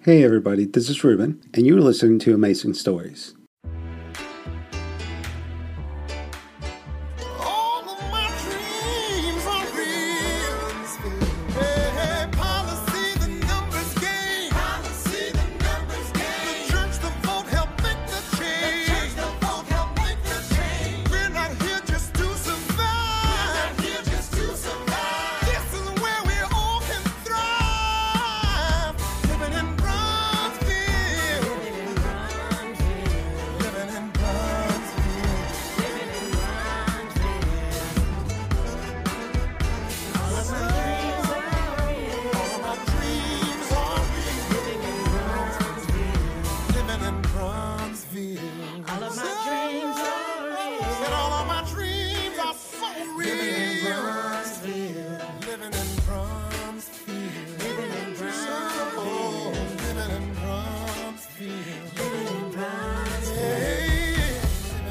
Hey, everybody, this is Ruben, and you're listening to Amazing Stories. All of my dreams are real. Hey, policy, the numbers game. Policy, the numbers game. The church, the vote, help make the change. The church, the vote, help make the change. We're not here just to survive. We're not here just to survive. This is where we all can thrive. Living in Bronzeville. Living in Bronzeville. Living in Bronzeville. All of my dreams are real. Said all of my dreams are so real. Living in Bronzeville. Living in Bronzeville. Living in Bronzeville. Living in Bronzeville. Living in Bronzeville. Living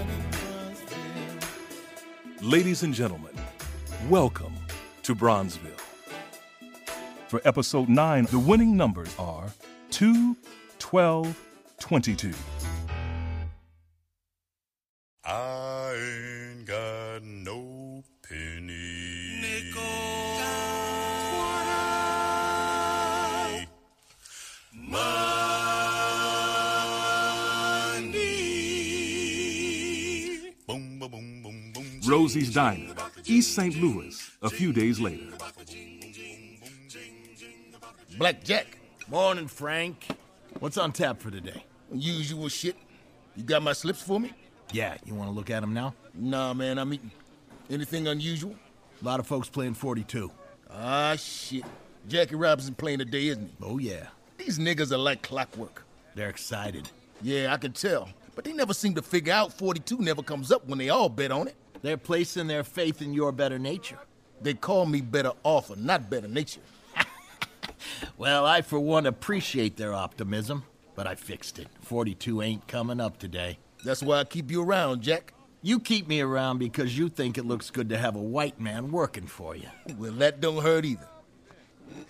in Bronzeville. Ladies and gentlemen, welcome to Bronzeville. For episode 9, the winning numbers are 2, 12, 22. I ain't got no penny. Nickel. Quarter. Money. Boom, boom, boom, boom, boom. Rosie's Diner, East St. Louis, a few days later. Blackjack. Morning, Frank. What's on tap for today? Usual shit. You got my slips for me? Yeah, you want to look at them now? Nah, man, I'm eating. Anything unusual? A lot of folks playing 42. Ah, shit. Jackie Robinson playing today, isn't he? Oh, yeah. These niggas are like clockwork. They're excited. Yeah, I can tell. But they never seem to figure out 42 never comes up when they all bet on it. They're placing their faith in your better nature. They call me better offer, not better nature. Well, I, for one, appreciate their optimism, but I fixed it. 42 ain't coming up today. That's why I keep you around, Jack. You keep me around because you think it looks good to have a white man working for you. Well, that don't hurt either.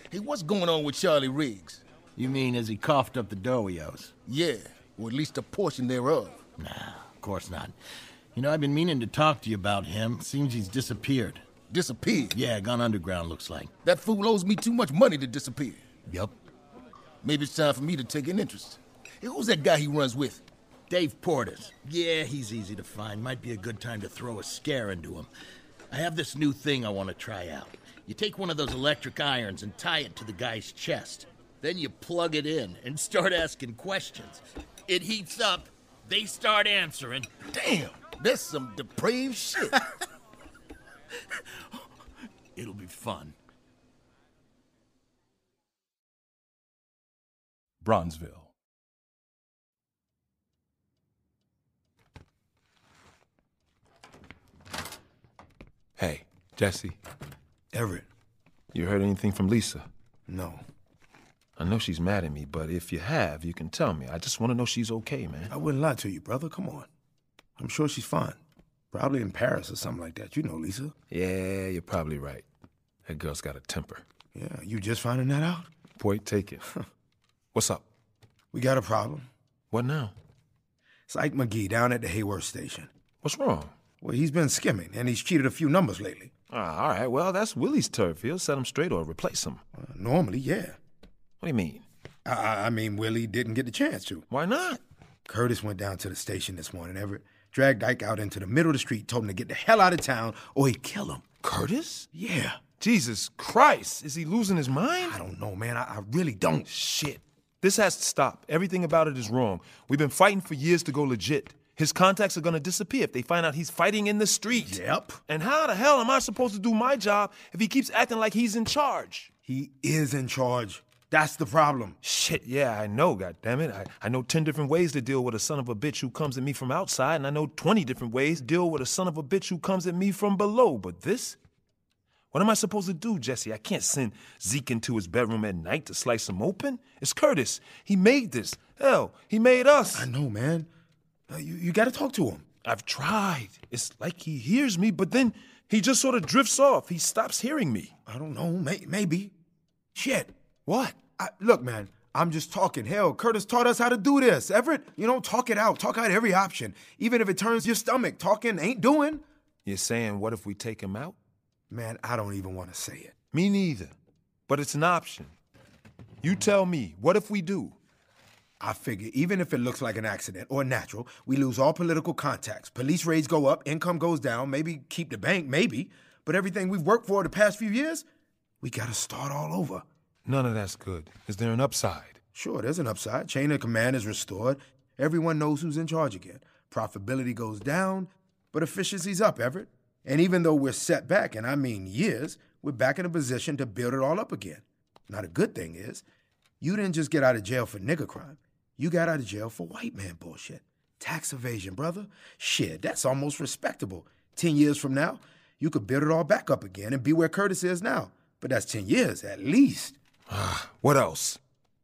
Hey, what's going on with Charlie Riggs? You mean as he coughed up the doughios? Yeah, or at least a portion thereof. Of course not. You know, I've been meaning to talk to you about him. Seems he's disappeared. Disappeared. Yeah, gone underground, looks like. That fool owes me too much money to disappear. Yep. Maybe it's time for me to take an interest. Hey, who's that guy he runs with? Dave Portis. Yeah, he's easy to find. Might be a good time to throw a scare into him. I have this new thing I want to try out. You take one of those electric irons and tie it to the guy's chest. Then you plug it in and start asking questions. It heats up, they start answering. Damn, that's some depraved shit. It'll be fun. Bronzeville. Hey, Jesse, Everett. you heard anything from Lisa? No. I know she's mad at me, but if you have, you can tell me. I just want to know she's okay, man. I wouldn't lie to you, brother. Come on. I'm sure she's fine. Probably in Paris or something like that. You know, Lisa. Yeah, you're probably right. That girl's got a temper. Yeah, you just finding that out? Point taken. What's up? We got a problem. What now? It's Ike McGee down at the Hayward station. What's wrong? Well, he's been skimming and he's cheated a few numbers lately. Ah, all right, well, that's Willie's turf. He'll set him straight or replace him. Uh, normally, yeah. What do you mean? I- I, I mean, Willie didn't get the chance to. Why not? Curtis went down to the station this morning, Everett. Dragged Ike out into the middle of the street, told him to get the hell out of town or he'd kill him. Curtis? Yeah. Jesus Christ, is he losing his mind? I don't know, man. I, I really don't. Shit. This has to stop. Everything about it is wrong. We've been fighting for years to go legit. His contacts are gonna disappear if they find out he's fighting in the street. Yep. And how the hell am I supposed to do my job if he keeps acting like he's in charge? He is in charge. That's the problem. Shit, yeah, I know, goddammit. I, I know 10 different ways to deal with a son of a bitch who comes at me from outside, and I know 20 different ways to deal with a son of a bitch who comes at me from below. But this? What am I supposed to do, Jesse? I can't send Zeke into his bedroom at night to slice him open. It's Curtis. He made this. Hell, he made us. I know, man. Uh, you you got to talk to him. I've tried. It's like he hears me, but then he just sort of drifts off. He stops hearing me. I don't know. May- maybe. Shit. What? I, look, man. I'm just talking. Hell, Curtis taught us how to do this. Everett, you know, talk it out. Talk out every option. Even if it turns your stomach, talking ain't doing. You're saying, what if we take him out? Man, I don't even want to say it. Me neither. But it's an option. You tell me, what if we do? I figure even if it looks like an accident or natural, we lose all political contacts. Police raids go up, income goes down, maybe keep the bank, maybe. But everything we've worked for the past few years, we gotta start all over. None of that's good. Is there an upside? Sure, there's an upside. Chain of command is restored. Everyone knows who's in charge again. Profitability goes down, but efficiency's up, Everett. And even though we're set back, and I mean years, we're back in a position to build it all up again. Now, the good thing is, you didn't just get out of jail for nigger crime. You got out of jail for white man bullshit. Tax evasion, brother. Shit, that's almost respectable. Ten years from now, you could build it all back up again and be where Curtis is now. But that's ten years at least. What else?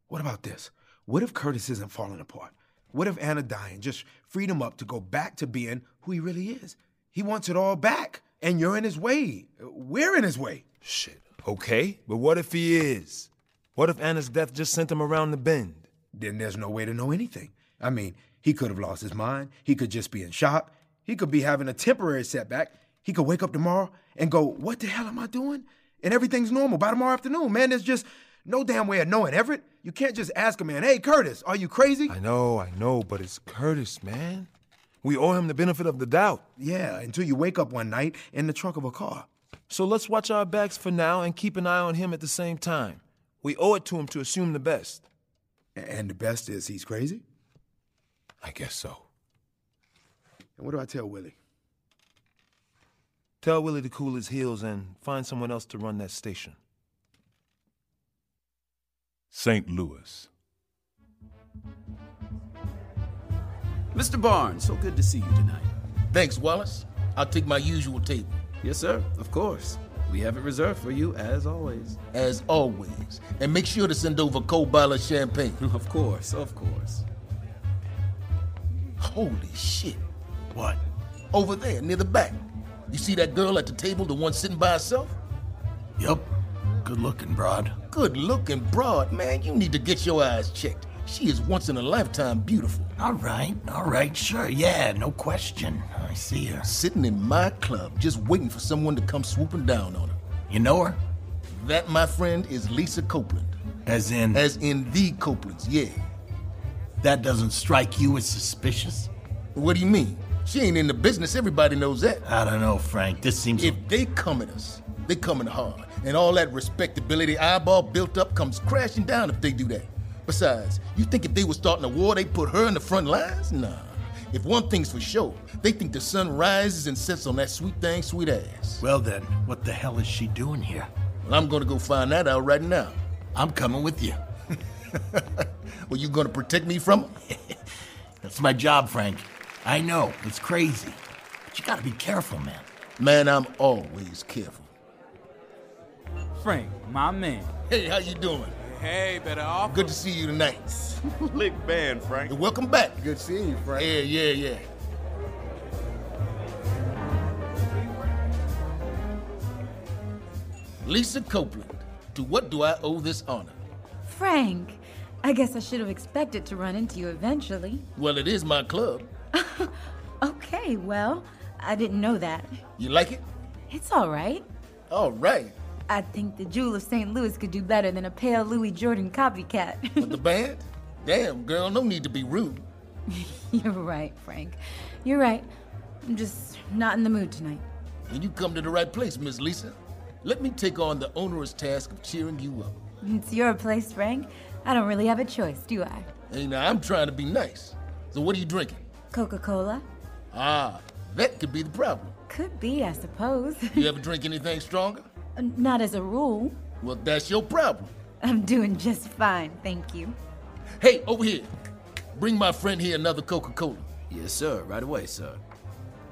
What about this? What if Curtis isn't falling apart? What if Anna dying just freed him up to go back to being who he really is? He wants it all back, and you're in his way. We're in his way. Shit. Okay, but what if he is? What if Anna's death just sent him around the bend? Then there's no way to know anything. I mean, he could have lost his mind. He could just be in shock. He could be having a temporary setback. He could wake up tomorrow and go, What the hell am I doing? And everything's normal by tomorrow afternoon. Man, there's just no damn way of knowing, Everett. You can't just ask a man, Hey, Curtis, are you crazy? I know, I know, but it's Curtis, man. We owe him the benefit of the doubt. Yeah, until you wake up one night in the trunk of a car. So let's watch our backs for now and keep an eye on him at the same time. We owe it to him to assume the best. And the best is he's crazy. I guess so. And what do I tell Willie? Tell Willie to cool his heels and find someone else to run that station. St. Louis. Mr. Barnes, so good to see you tonight. Thanks, Wallace. I'll take my usual table. Yes, sir, of course. We have it reserved for you, as always. as always. And make sure to send over a cold bottle of champagne. Of course, of course. Holy shit. What? Over there, near the back. You see that girl at the table, the one sitting by herself? Yep. Good looking, broad. Good looking broad, man. You need to get your eyes checked. She is once in a lifetime beautiful. All right, all right, sure, yeah, no question. I see her. Sitting in my club, just waiting for someone to come swooping down on her. You know her? That, my friend, is Lisa Copeland. As in, As in the Copelands, yeah. that doesn't strike you as suspicious? What do you mean? She ain't in the business, everybody knows that. I don't know, Frank. This seems. If they come at us, they coming hard. And all that respectability eyeball built up comes crashing down if they do that. Besides, you think if they were starting a war, they put her in the front lines? Nah. If one thing's for sure, they think the sun rises and sets on that sweet thing, sweet ass. well, then, what the hell is she doing here? Well, I'm gonna go find that out right now. I'm coming with you. Well, you gonna protect me from her? That's my job, Frank. I know, it's crazy. But you gotta be careful, man. Man, I'm always careful. Frank, my man. Hey, how you doing? Hey, better off. Good to see you tonight. Slick band, Frank. And welcome back. Good seeing you, Frank. Yeah, yeah, yeah. Lisa Copeland, to what do I owe this honor? Frank, I guess I should have expected to run into you eventually. Well, it is my club. Okay, well, I didn't know that. You like it? It's all right. All right. I think the Jewel of St. Louis could do better than a pale Louis Jordan copycat. But the band? Damn, girl, no need to be rude. You're right, Frank. You're right. I'm just not in the mood tonight. And you come to the right place, Miss Lisa. Let me take on the onerous task of cheering you up. It's your place, Frank. I don't really have a choice, do I? Hey, now I'm trying to be nice. So what are you drinking? Coca Cola? Ah, that could be the problem. Could be, I suppose. You ever drink anything stronger? not as a rule. Well, that's your problem. I'm doing just fine, thank you. Hey, over here. Bring my friend here another Coca-Cola. Yes, sir, right away, sir.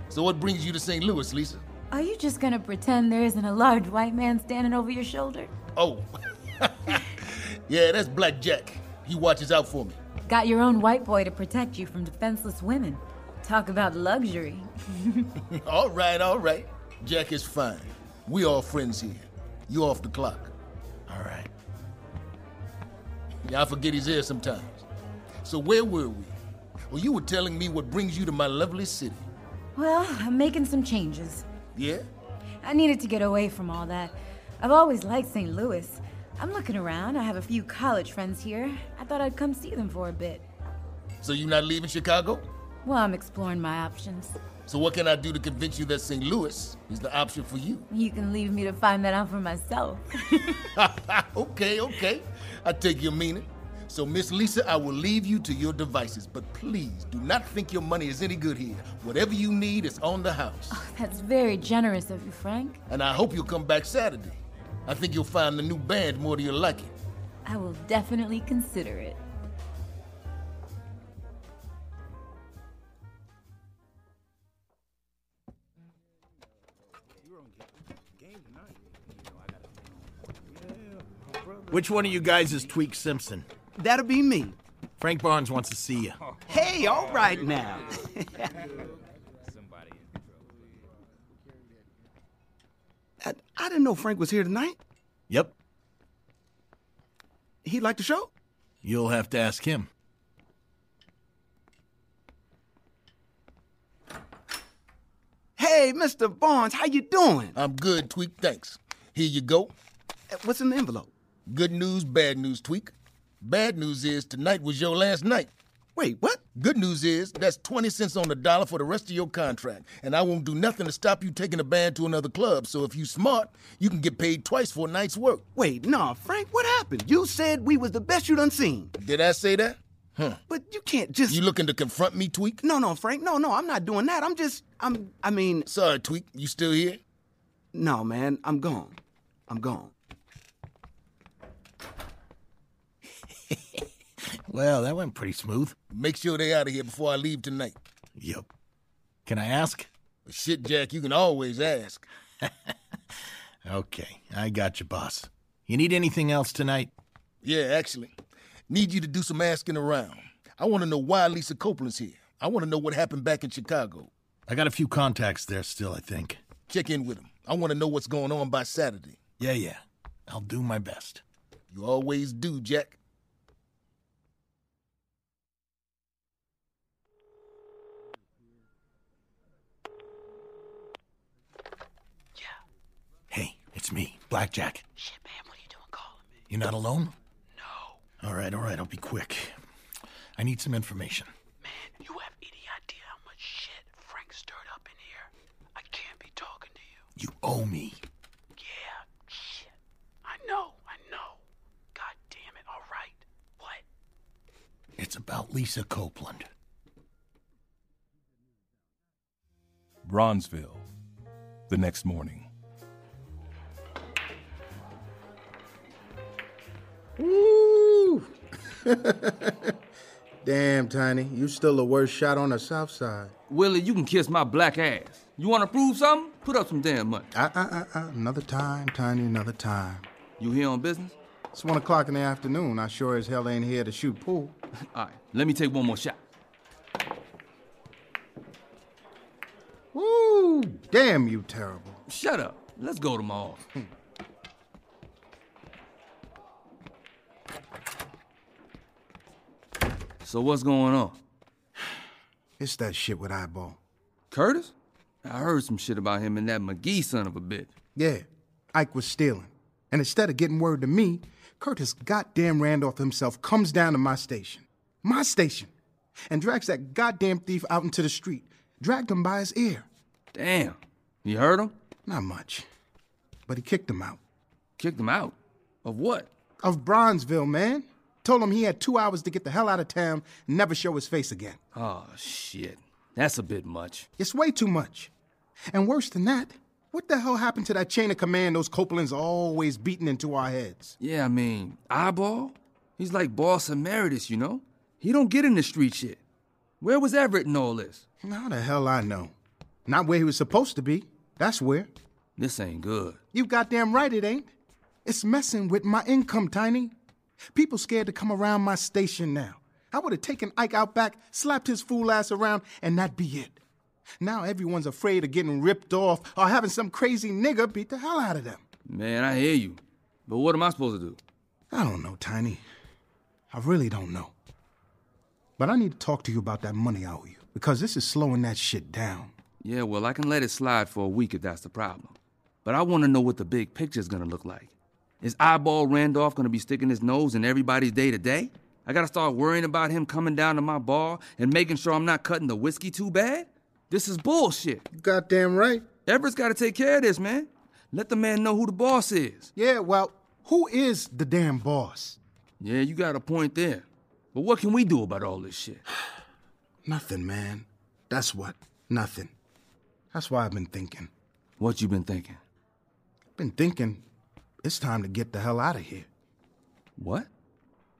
So what brings you to St. Louis, Lisa? Are you just gonna pretend there isn't a large white man standing over your shoulder? Oh. yeah, that's Black Jack. He watches out for me. Got your own white boy to protect you from defenseless women. Talk about luxury. all right, all right. Jack is fine. We all friends here. You off the clock. All right. Yeah, I forget he's here sometimes. So where were we? Well, you were telling me what brings you to my lovely city. Well, I'm making some changes. Yeah? I needed to get away from all that. I've always liked St. Louis. I'm looking around. I have a few college friends here. I thought I'd come see them for a bit. So you not leaving Chicago? Well, I'm exploring my options. So what can I do to convince you that St. Louis is the option for you? You can leave me to find that out for myself. okay, okay. I take your meaning. So, Miss Lisa, I will leave you to your devices, but please do not think your money is any good here. Whatever you need is on the house. That's very generous of you, Frank. And I hope you'll come back Saturday. I think you'll find the new band more to your liking. I will definitely consider it. Which one of you guys is Tweak Simpson? That'll be me. Frank Barnes wants to see you. Hey, all right now. I, I didn't know Frank was here tonight. Yep, He liked the show? you'll have to ask him. Hey, Mr. Barnes, how you doing? Uh, I'm good, Tweak. Thanks. Here you go. What's in the envelope? Good news, bad news, Tweak. Bad news is tonight was your last night. Wait, what? Good news is that's 20 cents on the dollar for the rest of your contract, and I won't do nothing to stop you taking the band to another club. So if you smart, you can get paid twice for a night's work. Wait, nah, Frank, what happened? You said we was the best you done seen. Did I say that? But you can't just You looking to confront me, Tweak? No, no, Frank. No, no, I'm not doing that. I'm just I'm I mean, Sorry, Tweak. You still here? no, man, I'm gone. I'm gone. Well, that went pretty smooth. Make sure they out of here before I leave tonight. Yep. Can I ask? Shit, Jack, you can always ask. Okay, I got you, boss. You need anything else tonight? Yeah, actually, need you to do some asking around. I want to know why Lisa Copeland's here. I want to know what happened back in Chicago. I got a few contacts there still, I think. Check in with them. I want to know what's going on by Saturday. Yeah, yeah. I'll do my best. You always do, Jack. Hey, it's me, Blackjack. Shit, man, what are you doing calling me? You not alone? No. All right, all right, I'll be quick. I need some information. Man, you have any idea how much shit Frank stirred up in here? I can't be talking to you. You owe me. Yeah, shit. I know, I know. God damn it, all right. What? It's about Lisa Copeland. Bronzeville. The next morning. Woo! Damn, Tiny, you still the worst shot on the South Side. Willie, you can kiss my black ass. You want to prove something? Put up some damn money. Uh, uh, uh, uh, another time, Tiny, another time. You here on business? It's one o'clock in the afternoon. I sure as hell ain't here to shoot pool. All right, let me take one more shot. Woo! Damn, you terrible. Shut up. Let's go to my office. so what's going on? It's that shit with eyeball. Curtis? I heard some shit about him and that McGee son of a bitch. Yeah, Ike was stealing. And instead of getting word to me, Curtis goddamn Randolph himself comes down to my station. My station. And drags that goddamn thief out into the street. Dragged him by his ear. Damn. You heard him? Not much. But he kicked him out. Kicked him out. Of what? Of Bronzeville, man. Told him he had two hours to get the hell out of town and never show his face again. Oh, shit. That's a bit much. It's way too much. And worse than that, what the hell happened to that chain of command those Copelands are always beating into our heads? Yeah, I mean, eyeball? He's like boss emeritus, you know? He don't get in the street shit. Where was Everett in all this? How the hell I know? Not where he was supposed to be. That's where. This ain't good. You goddamn right it ain't. It's messing with my income, Tiny. People scared to come around my station now. I would have taken Ike out back, slapped his fool ass around, and that'd be it. Now everyone's afraid of getting ripped off or having some crazy nigga beat the hell out of them. Man, I hear you. But what am I supposed to do? I don't know, Tiny. I really don't know. But I need to talk to you about that money I owe you because this is slowing that shit down. Yeah, well, I can let it slide for a week if that's the problem. But I want to know what the big picture is going to look like. Is Eyeball Randolph going to be sticking his nose in everybody's day to day? I got to start worrying about him coming down to my bar and making sure I'm not cutting the whiskey too bad? This is bullshit. Goddamn right. Everett's got to take care of this, man. Let the man know who the boss is. Yeah, well, who is the damn boss? Yeah, you got a point there. But what can we do about all this shit? Nothing, man. That's what. Nothing. That's why I've been thinking. What you been thinking? Been thinking it's time to get the hell out of here. What?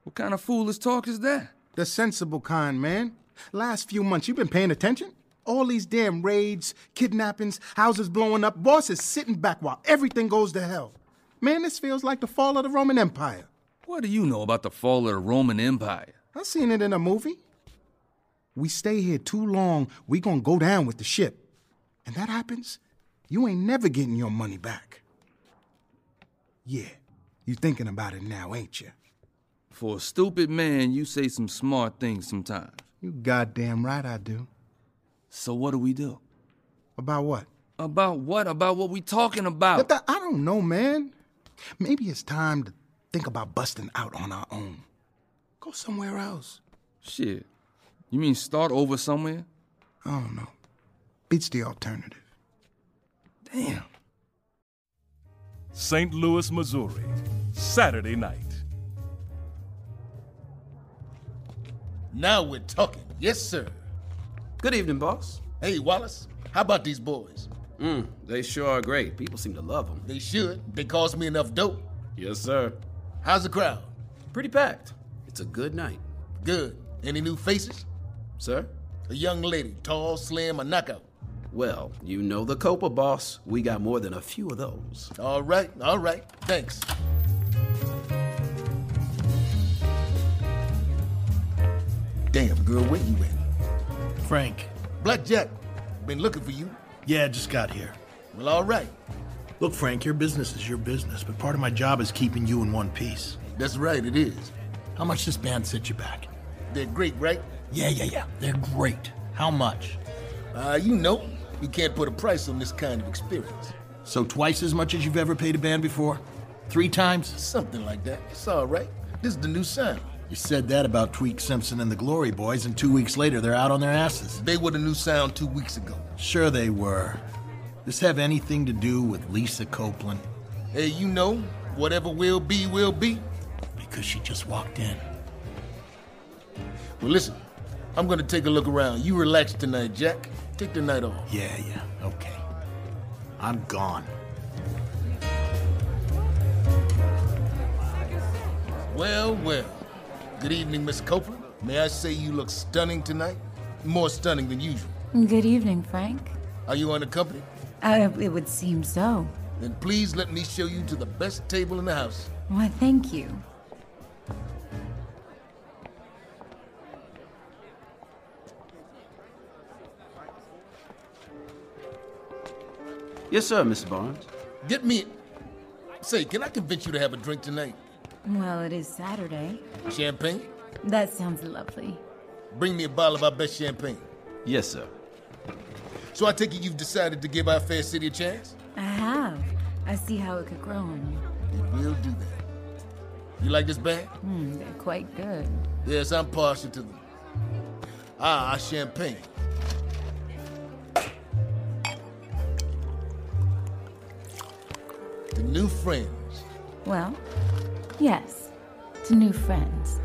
What kind of foolish talk is that? The sensible kind, man. Last few months, you've been paying attention? All these damn raids, kidnappings, houses blowing up, bosses sitting back while everything goes to hell. Man, this feels like the fall of the Roman Empire. What do you know about the fall of the Roman Empire? I seen it in a movie. We stay here too long, we gonna go down with the ship. And that happens, you ain't never getting your money back. Yeah, you thinking about it now, ain't you? For a stupid man, you say some smart things sometimes. You goddamn right I do. So what do we do? About what? About what? About what we talking about? But the- I don't know, man. Maybe it's time to think about busting out on our own. Go somewhere else. Shit. You mean start over somewhere? I don't know. Beats the alternative. Damn. St. Louis, Missouri, Saturday night. Now we're talking. Yes, sir. Good evening, boss. Hey, Wallace, how about these boys? Mm, they sure are great. People seem to love them. They should. They cost me enough dope. Yes, sir. How's the crowd? Pretty packed. It's a good night. Good. Any new faces? Sir? A young lady, tall, slim, a knockout. Well, you know the Copa, boss. We got more than a few of those. All right, all right. Thanks. Damn, girl, where you at? Frank. Blackjack, been looking for you. Yeah, just got here. Well, all right. Look, Frank, your business is your business, but part of my job is keeping you in one piece. That's right, it is. How much this band set you back? They're great, right? Yeah, yeah, yeah. They're great. How much? Uh, you know, you can't put a price on this kind of experience. So twice as much as you've ever paid a band before? Three times? Something like that. It's all right. This is the new sound. You said that about Tweak Simpson and the Glory Boys, and two weeks later they're out on their asses. They were the new sound two weeks ago. Sure they were. This have anything to do with Lisa Copeland? Hey, you know, whatever will be, will be. Because she just walked in. Well, listen, I'm gonna take a look around. You relax tonight, Jack. Take the night off. Yeah, yeah, okay. I'm gone. Well, well. Good evening, Miss Copeland. May I say you look stunning tonight? More stunning than usual. Good evening, Frank. Are you unaccompanied? Uh, it would seem so. Then please let me show you to the best table in the house. Why, thank you. Yes, sir, Mr. Barnes. Get me. Say, can I convince you to have a drink tonight? Well, it is Saturday. Champagne? That sounds lovely. Bring me a bottle of our best champagne. Yes, sir. So I take it you've decided to give our fair city a chance? I have. I see how it could grow on you. It will do that. You like this band? Hmm, they're quite good. Yes, I'm partial to them. Ah, our champagne. The new friends. Well, yes, to new friends.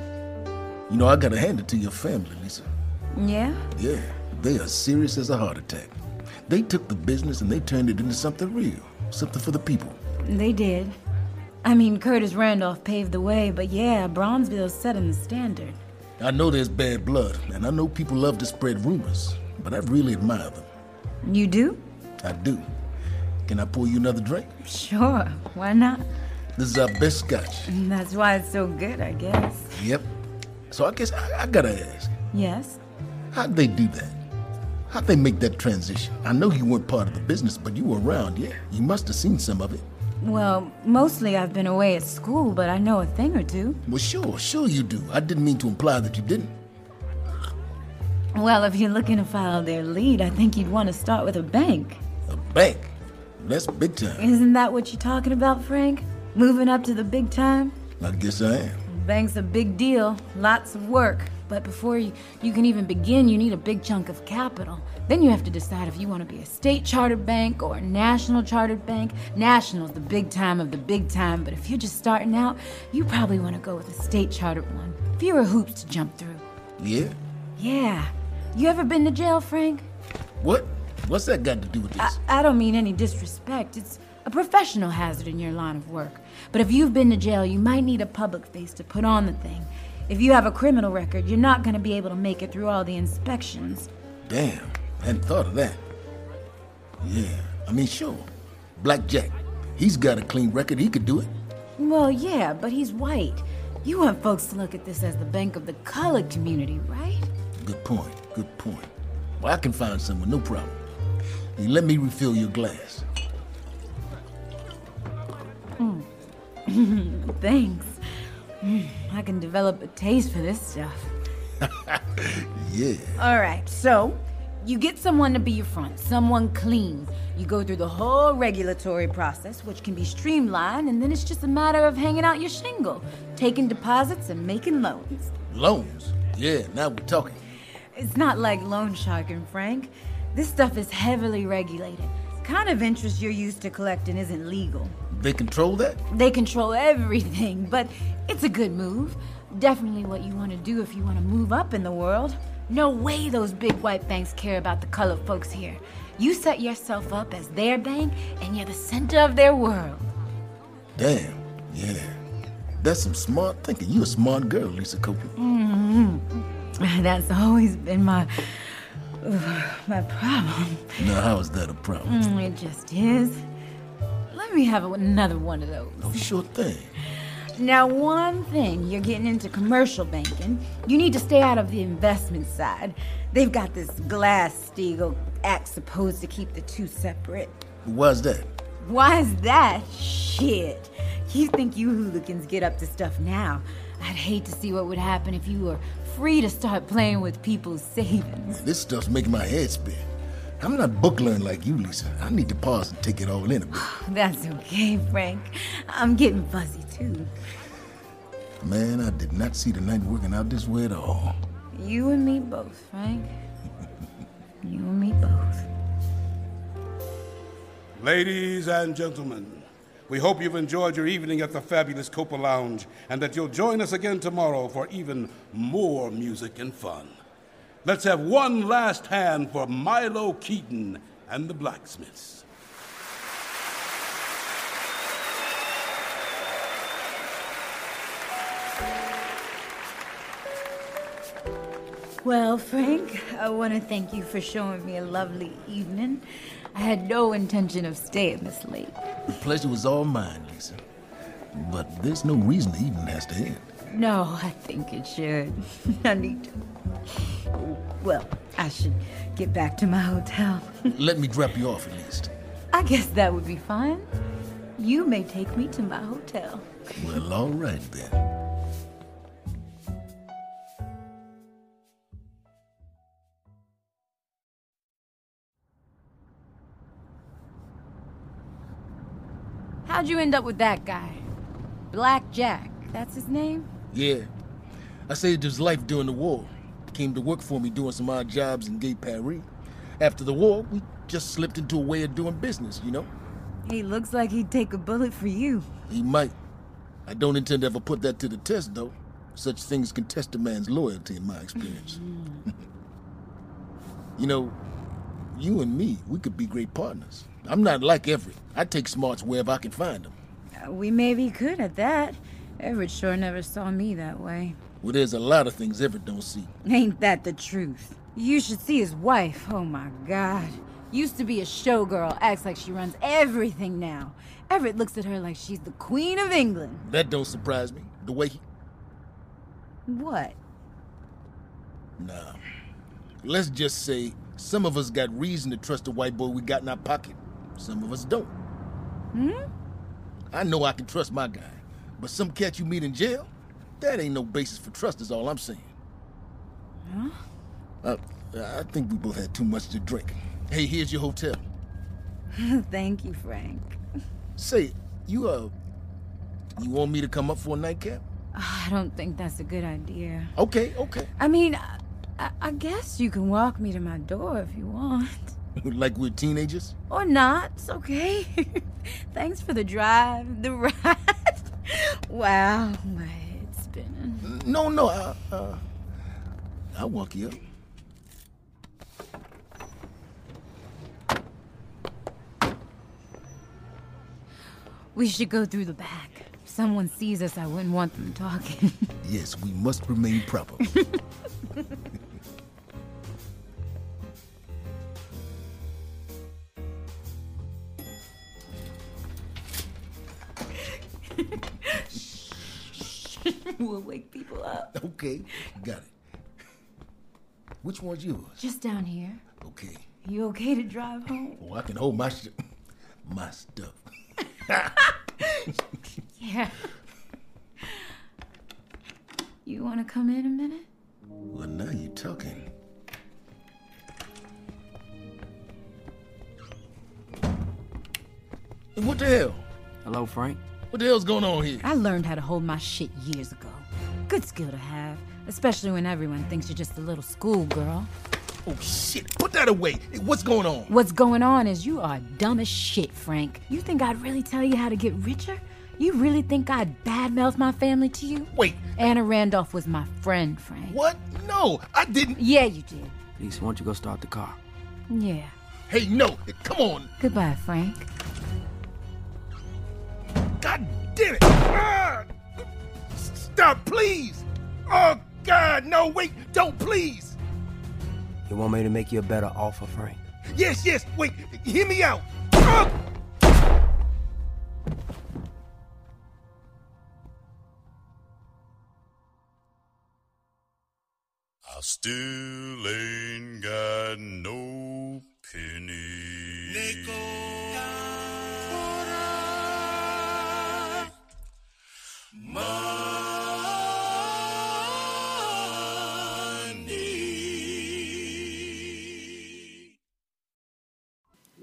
You know, I gotta hand it to your family, Lisa. Yeah? Yeah, they are serious as a heart attack. They took the business and they turned it into something real, something for the people. They did. I mean, Curtis Randolph paved the way, but yeah, Bronzeville's setting the standard. I know there's bad blood, and I know people love to spread rumors, but I really admire them. You do? I do. Can I pour you another drink? Sure, why not? This is our best scotch. That's why it's so good, I guess. Yep. So I guess I, I gotta ask, Yes? how'd they do that? How'd they make that transition? I know you weren't part of the business, but you were around, yeah. You must have seen some of it. Well, mostly I've been away at school, but I know a thing or two. Well, sure, sure you do. I didn't mean to imply that you didn't. Well, if you're looking to follow their lead, I think you'd want to start with a bank. Bank. That's big time. Isn't that what you're talking about, Frank? Moving up to the big time? I guess I am. Bank's a big deal, lots of work. But before you, you can even begin, you need a big chunk of capital. Then you have to decide if you want to be a state chartered bank or a national chartered bank. National's the big time of the big time, but if you're just starting out, you probably want to go with a state chartered one. Fewer hoops to jump through. Yeah? Yeah. You ever been to jail, Frank? What? What's that got to do with this? I, I don't mean any disrespect. It's a professional hazard in your line of work. But if you've been to jail, you might need a public face to put on the thing. If you have a criminal record, you're not going to be able to make it through all the inspections. Damn, hadn't thought of that. Yeah, I mean, sure. Blackjack, he's got a clean record. He could do it. Well, yeah, but he's white. You want folks to look at this as the bank of the colored community, right? Good point. Good point. Well, I can find someone, no problem. You let me refill your glass. Mm. Thanks. Mm, I can develop a taste for this stuff. Yeah. All right, so you get someone to be your front, someone clean. You go through the whole regulatory process, which can be streamlined, and then it's just a matter of hanging out your shingle, taking deposits and making loans. Loans. Yeah, now we're talking. It's not like loan sharking, Frank. This stuff is heavily regulated. Kind of interest you're used to collecting isn't legal. They control that? They control everything, but it's a good move. Definitely what you want to do if you want to move up in the world. No way those big white banks care about the colored folks here. You set yourself up as their bank, and you're the center of their world. Damn. Yeah. That's some smart thinking. You a smart girl, Lisa Copeland. hmm That's always been my my problem. Now, how is that a problem? Mm, It just is. Let me have another one of those. Oh, sure thing. Now, one thing you're getting into commercial banking, you need to stay out of the investment side. They've got this Glass Steagall Act supposed to keep the two separate. Why's that? Why is that? Shit. You think you hooligans get up to stuff now? I'd hate to see what would happen if you were free to start playing with people's savings. This stuff's making my head spin. I'm not book learning like you, Lisa. I need to pause and take it all in a bit. That's okay, Frank. I'm getting fuzzy too. Man, I did not see the night working out this way at all. You and me both, Frank. You and me both. Ladies and gentlemen, we hope you've enjoyed your evening at the fabulous Copa Lounge and that you'll join us again tomorrow for even more music and fun. Let's have one last hand for Milo Keaton and the Blacksmiths. Well, Frank, I want to thank you for showing me a lovely evening. I had no intention of staying this late. The pleasure was all mine, Lisa. But there's no reason the evening has to end. No, I think it should. I need to. Well, I should get back to my hotel. Let me drop you off at least. I guess that would be fine. You may take me to my hotel. Well, all right then. How'd you end up with that guy? Black Jack, that's his name? Yeah. I saved his life during the war. Came to work for me doing some odd jobs in Gay Paris. After the war, we just slipped into a way of doing business, you know? He looks like he'd take a bullet for you. He might. I don't intend to ever put that to the test, though. Such things can test a man's loyalty, in my experience. you know, you and me, we could be great partners. I'm not like Everett. I take smarts wherever I can find them. Uh, We may be good at that. Everett sure never saw me that way. Well, there's a lot of things Everett don't see. Ain't that the truth? You should see his wife. Oh my god. Used to be a showgirl, acts like she runs everything now. Everett looks at her like she's the Queen of England. That don't surprise me. The way he, What? Nah. Let's just say some of us got reason to trust the white boy we got in our pocket. Some of us don't. Hmm? I know I can trust my guy, but some cat you meet in jail, that ain't no basis for trust, is all I'm saying. Huh? I, I think we both had too much to drink. Hey, here's your hotel. Thank you, Frank. Say, you, uh, you want me to come up for a nightcap? Ah, I don't think that's a good idea. Okay, okay. I mean, I, I- I guess you can walk me to my door if you want. like we're teenagers? Or not, it's okay. Thanks for the drive, the ride. wow, my head's spinning. No, no, I, uh, I'll walk you up. We should go through the back. If someone sees us, I wouldn't want them talking. Yes, we must remain proper. we'll wake people up. okay, got it. Which one's yours? Just down here. Okay. You okay to drive home? Oh, I can hold my sh- my stuff. Yeah. You want to come in a minute? Well, now you talking. What the hell? Hello, Frank. What the hell's going on here? I learned how to hold my shit years ago. Good skill to have, especially when everyone thinks you're just a little schoolgirl. Oh shit, put that away. Hey, what's going on? What's going on is you are dumb as shit, Frank. You think I'd really tell you how to get richer? You really think I'd badmouth my family to you? Wait. Anna Randolph was my friend, Frank. What? No, I didn't. Yeah, you did. Lisa, why don't you go start the car? Yeah. Hey, no, come on. Goodbye, Frank. God damn it! Ah! Stop, please! Oh God, no, wait, don't, please! You want me to make you a better offer, Frank? Yes, yes, wait, hear me out! Ah! I still ain't got no penny.